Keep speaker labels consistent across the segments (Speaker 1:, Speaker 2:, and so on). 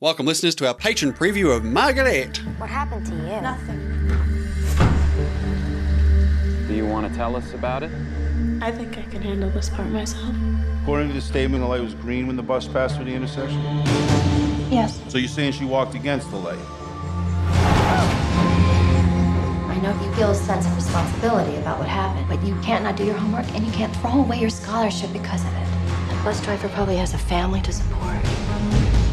Speaker 1: Welcome, listeners, to our patron preview of Margaret.
Speaker 2: What happened to you?
Speaker 3: Nothing.
Speaker 4: Do you want to tell us about it?
Speaker 3: I think I can handle this part myself.
Speaker 5: According to the statement, the light was green when the bus passed through the intersection.
Speaker 3: Yes.
Speaker 5: So you're saying she walked against the light?
Speaker 6: I know you feel a sense of responsibility about what happened, but you can't not do your homework and you can't throw away your scholarship because of it. That bus driver probably has a family to support.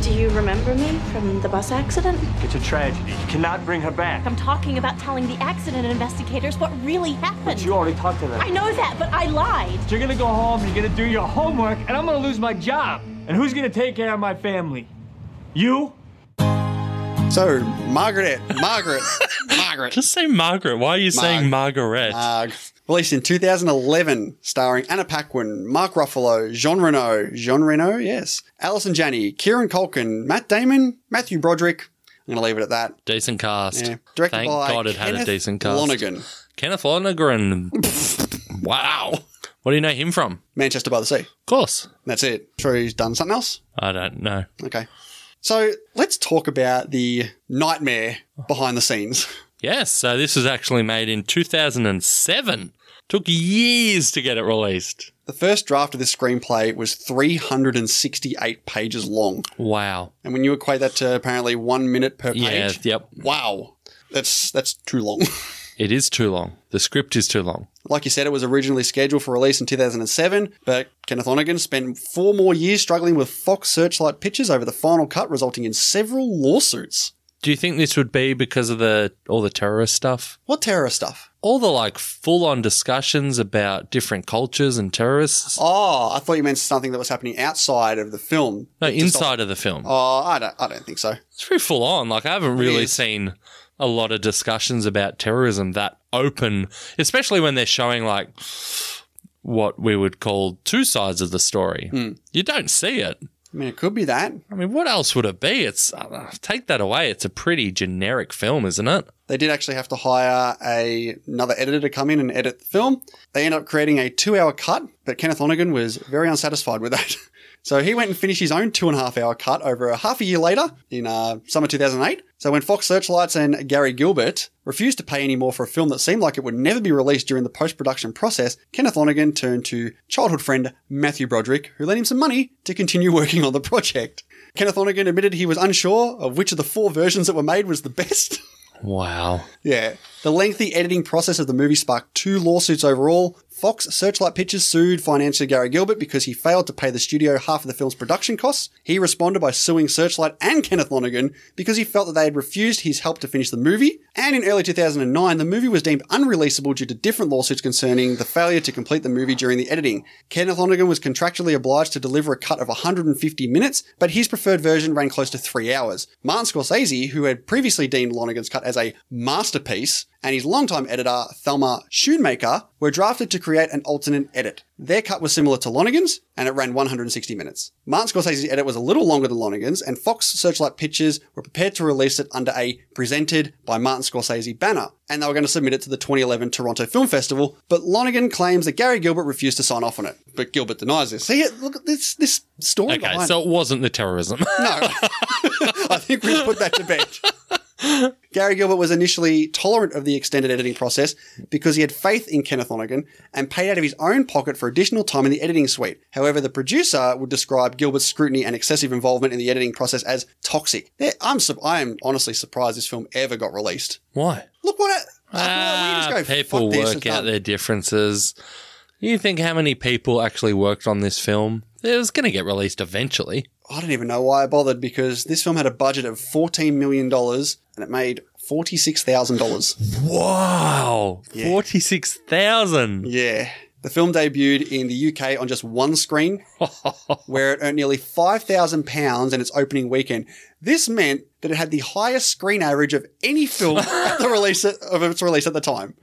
Speaker 3: Do you remember me from the bus accident?
Speaker 7: It's a tragedy. You cannot bring her back.
Speaker 8: I'm talking about telling the accident investigators what really happened.
Speaker 7: But you already talked to them.
Speaker 8: I know that, but I lied.
Speaker 7: You're gonna go home, you're gonna do your homework, and I'm gonna lose my job. And who's gonna take care of my family? You?
Speaker 1: So, Margaret, Margaret, Margaret.
Speaker 9: Just say Margaret. Why are you saying Margaret?
Speaker 1: Marg. Released in 2011, starring Anna Paquin, Mark Ruffalo, Jean Reno, Jean Reno, yes, Alison Janney, Kieran Culkin, Matt Damon, Matthew Broderick. I'm going to leave it at that.
Speaker 9: decent cast.
Speaker 1: Yeah. Directed
Speaker 9: Thank
Speaker 1: by
Speaker 9: God it had a
Speaker 1: Kenneth
Speaker 9: decent cast.
Speaker 1: Lonergan,
Speaker 9: Kenneth Lonergan. wow. What do you know him from? Of
Speaker 1: Manchester by the Sea.
Speaker 9: course.
Speaker 1: That's it. Sure, he's done something else.
Speaker 9: I don't know.
Speaker 1: Okay. So let's talk about the nightmare behind the scenes.
Speaker 9: Yes, so this was actually made in 2007. Took years to get it released.
Speaker 1: The first draft of this screenplay was 368 pages long.
Speaker 9: Wow.
Speaker 1: And when you equate that to apparently one minute per page,
Speaker 9: Yeah, yep.
Speaker 1: wow, that's that's too long.
Speaker 9: It is too long. The script is too long.
Speaker 1: like you said, it was originally scheduled for release in 2007, but Kenneth Lonergan spent four more years struggling with Fox Searchlight Pictures over the final cut, resulting in several lawsuits.
Speaker 9: Do you think this would be because of the all the terrorist stuff?
Speaker 1: What terror stuff?
Speaker 9: All the like full on discussions about different cultures and terrorists?
Speaker 1: Oh, I thought you meant something that was happening outside of the film.
Speaker 9: no,
Speaker 1: It just-
Speaker 9: inside of the film.
Speaker 1: Oh, I don't, I don't think so.
Speaker 9: It's pretty full on. Like I haven't really
Speaker 1: is.
Speaker 9: seen a lot of discussions about terrorism that open, especially when they're showing like what we would call two sides of the story. You don't see it.
Speaker 1: I mean, it could be that.
Speaker 9: I mean, what else would it be? It's uh, take that away. It's a pretty generic film, isn't it?
Speaker 1: They did actually have to hire a, another editor to come in and edit the film. They ended up creating a two hour cut, but Kenneth Lonergan was very unsatisfied with that. So he went and finished his own two and a half hour cut over a half a year later in uh, summer 2008. So when Fox Searchlights and Gary Gilbert refused to pay any more for a film that seemed like it would never be released during the post production process, Kenneth Lonergan turned to childhood friend Matthew Broderick, who lent him some money to continue working on the project. Kenneth Lonergan admitted he was unsure of which of the four versions that were made was the best.
Speaker 9: Wow.
Speaker 1: Yeah. The lengthy editing process of the movie sparked two lawsuits overall. Fox Searchlight Pictures sued financier Gary Gilbert because he failed to pay the studio half of the film's production costs. He responded by suing Searchlight and Kenneth Lonergan because he felt that they had refused his help to finish the movie. And in early 2009, the movie was deemed unreleasable due to different lawsuits concerning the failure to complete the movie during the editing. Kenneth Lonergan was contractually obliged to deliver a cut of 150 minutes, but his preferred version ran close to three hours. Martin Scorsese, who had previously deemed Lonergan's cut as a masterpiece, and his longtime editor, Thelma Schoonmaker, were drafted to create an alternate edit. Their cut was similar to Lonergan's, and it ran 160 minutes. Martin Scorsese's edit was a little longer than Lonergan's, and Fox Searchlight Pictures were prepared to release it under a presented by Martin Scorsese banner, and they were going to submit it to the 2011 Toronto Film Festival, but Lonergan claims that Gary Gilbert refused to sign off on it. But Gilbert denies this. See, look at this, this story
Speaker 9: Okay,
Speaker 1: behind
Speaker 9: so it wasn't the terrorism.
Speaker 1: no. I think we've put that to bed. Gary Gilbert was initially tolerant of the extended editing process because he had faith in Kenneth Lonergan and paid out of his own pocket for additional time in the editing suite. However, the producer would describe Gilbert's scrutiny and excessive involvement in the editing process as toxic. There- I'm su- I am honestly surprised this film ever got released.
Speaker 9: Why?
Speaker 1: Look what I,
Speaker 9: Ah,
Speaker 1: I- we just go,
Speaker 9: people
Speaker 1: "Fuck this,"
Speaker 9: work
Speaker 1: it's
Speaker 9: out
Speaker 1: done.
Speaker 9: their differences. You think how many people actually worked on this film? It was going to get released eventually.
Speaker 1: I don't even know why I bothered because this film had a budget of $14 million and it made $46,000.
Speaker 9: Wow, forty-six thousand.
Speaker 1: Yeah. The film debuted in the UK on just one screen, where it earned nearly £5,000 in its opening weekend. This meant that it had the highest screen average of any film at the release of its release at the time.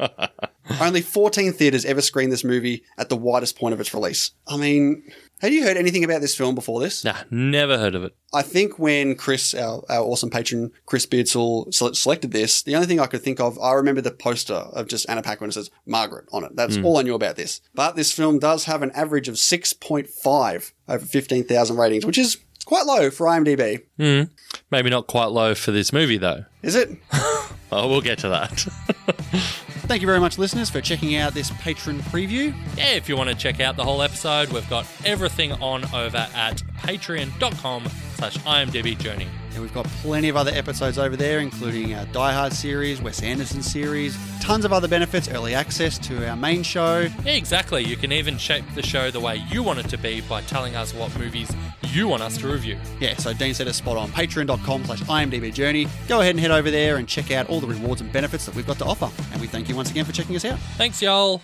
Speaker 1: Only 14 theatres ever screened this movie at the widest point of its release. I mean, had you heard anything about this film before this?
Speaker 9: Nah, never heard of it.
Speaker 1: I think when Chris, our, our awesome patron, Chris Beardsall, sele- selected this, the only thing I could think of, I remember the poster of just Anna Paquin it says Margaret on it. That's all I knew about this. But this film does have an average of 6.5 over 15,000 ratings, which is quite low for IMDb.
Speaker 9: Maybe not quite low for this movie, though.
Speaker 1: Is it?
Speaker 9: Oh, we'll get to that.
Speaker 1: Thank you very much, listeners, for checking out this patron preview.
Speaker 9: yeah, if you want to check out the whole episode, we've got everything on over at patreon.com slash IMDb Journey.
Speaker 1: And we've got plenty of other episodes over there, including our Die Hard series, Wes Anderson series, tons of other benefits, early access to our main show.
Speaker 9: Yeah, exactly. You can even shape the show the way you want it to be by telling us what movies you want us to review.
Speaker 1: Yeah, so Dean said it's spot on. Patreon.com slash IMDB Journey. Go ahead and head over there and check out all the rewards and benefits that we've got to offer. And we thank you once again for checking us out.
Speaker 9: Thanks, y'all.